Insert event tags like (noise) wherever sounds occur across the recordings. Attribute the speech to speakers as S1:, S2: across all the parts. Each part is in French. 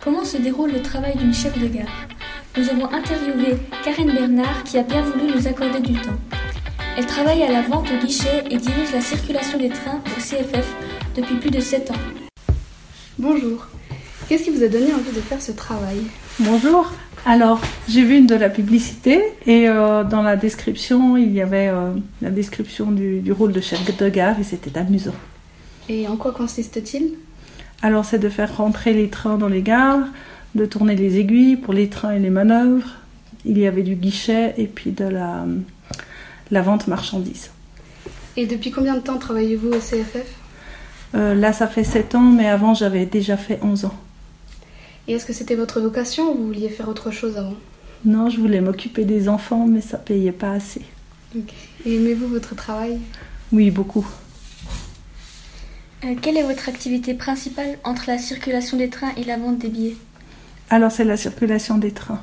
S1: Comment se déroule le travail d'une chef de gare Nous avons interviewé Karen Bernard qui a bien voulu nous accorder du temps. Elle travaille à la vente au guichet et dirige la circulation des trains au CFF depuis plus de 7 ans.
S2: Bonjour. Qu'est-ce qui vous a donné envie de faire ce travail
S3: Bonjour. Alors, j'ai vu une de la publicité et euh, dans la description, il y avait euh, la description du, du rôle de chef de gare et c'était amusant.
S2: Et en quoi consiste-t-il
S3: Alors, c'est de faire rentrer les trains dans les gares, de tourner les aiguilles pour les trains et les manœuvres. Il y avait du guichet et puis de la, la vente marchandises.
S2: Et depuis combien de temps travaillez-vous au CFF
S3: Euh, là, ça fait 7 ans, mais avant, j'avais déjà fait 11 ans.
S2: Et est-ce que c'était votre vocation ou vous vouliez faire autre chose avant
S3: Non, je voulais m'occuper des enfants, mais ça payait pas assez.
S2: Et aimez-vous votre travail
S3: Oui, beaucoup.
S1: Euh, quelle est votre activité principale entre la circulation des trains et la vente des billets
S3: Alors, c'est la circulation des trains.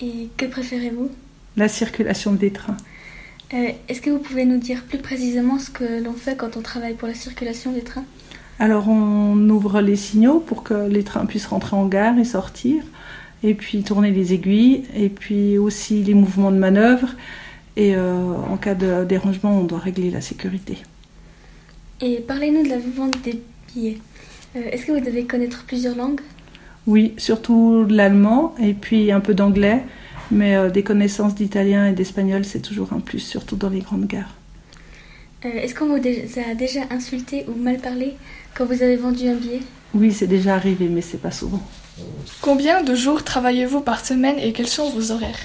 S1: Et que préférez-vous
S3: La circulation des trains.
S1: Euh, Est-ce que vous pouvez nous dire plus précisément ce que l'on fait quand on travaille pour la circulation des trains
S3: Alors on ouvre les signaux pour que les trains puissent rentrer en gare et sortir, et puis tourner les aiguilles, et puis aussi les mouvements de manœuvre. Et euh, en cas de dérangement, on doit régler la sécurité.
S1: Et parlez-nous de la vente des billets. Euh, Est-ce que vous devez connaître plusieurs langues
S3: Oui, surtout l'allemand et puis un peu d'anglais, mais euh, des connaissances d'italien et d'espagnol, c'est toujours un plus, surtout dans les grandes gares.
S1: Euh, Est-ce qu'on vous dé- a déjà insulté ou mal parlé quand vous avez vendu un billet
S3: Oui, c'est déjà arrivé, mais c'est pas souvent.
S4: Combien de jours travaillez-vous par semaine et quels sont vos horaires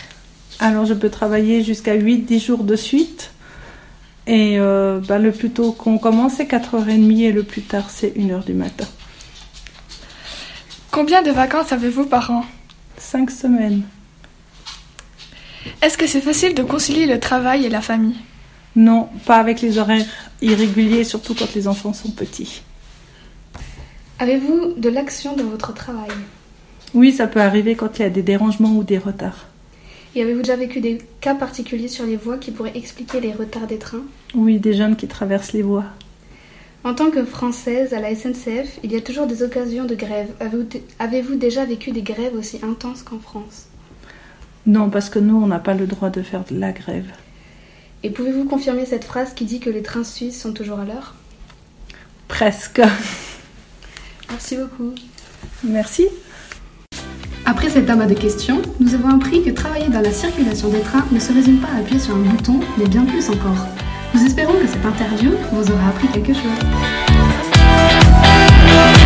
S3: Alors je peux travailler jusqu'à 8-10 jours de suite. Et euh, bah, le plus tôt qu'on commence, c'est 4h30 et le plus tard, c'est 1h du matin.
S4: Combien de vacances avez-vous par an
S3: 5 semaines.
S4: Est-ce que c'est facile de concilier le travail et la famille
S3: Non, pas avec les horaires irréguliers, surtout quand les enfants sont petits.
S2: Avez-vous de l'action dans votre travail
S3: Oui, ça peut arriver quand il y a des dérangements ou des retards.
S2: Et avez-vous déjà vécu des cas particuliers sur les voies qui pourraient expliquer les retards des trains
S3: Oui, des jeunes qui traversent les voies.
S2: En tant que Française à la SNCF, il y a toujours des occasions de grève. Avez-vous dé- Avez-vous déjà vécu des grèves aussi intenses qu'en France
S3: Non, parce que nous, on n'a pas le droit de faire de la grève.
S2: Et pouvez-vous confirmer cette phrase qui dit que les trains suisses sont toujours à l'heure
S3: Presque. (laughs)
S2: Merci beaucoup.
S3: Merci.
S5: Après cet amas de questions, nous avons appris que travailler dans la circulation des trains ne se résume pas à appuyer sur un bouton, mais bien plus encore. Nous espérons que cette interview vous aura appris quelque chose.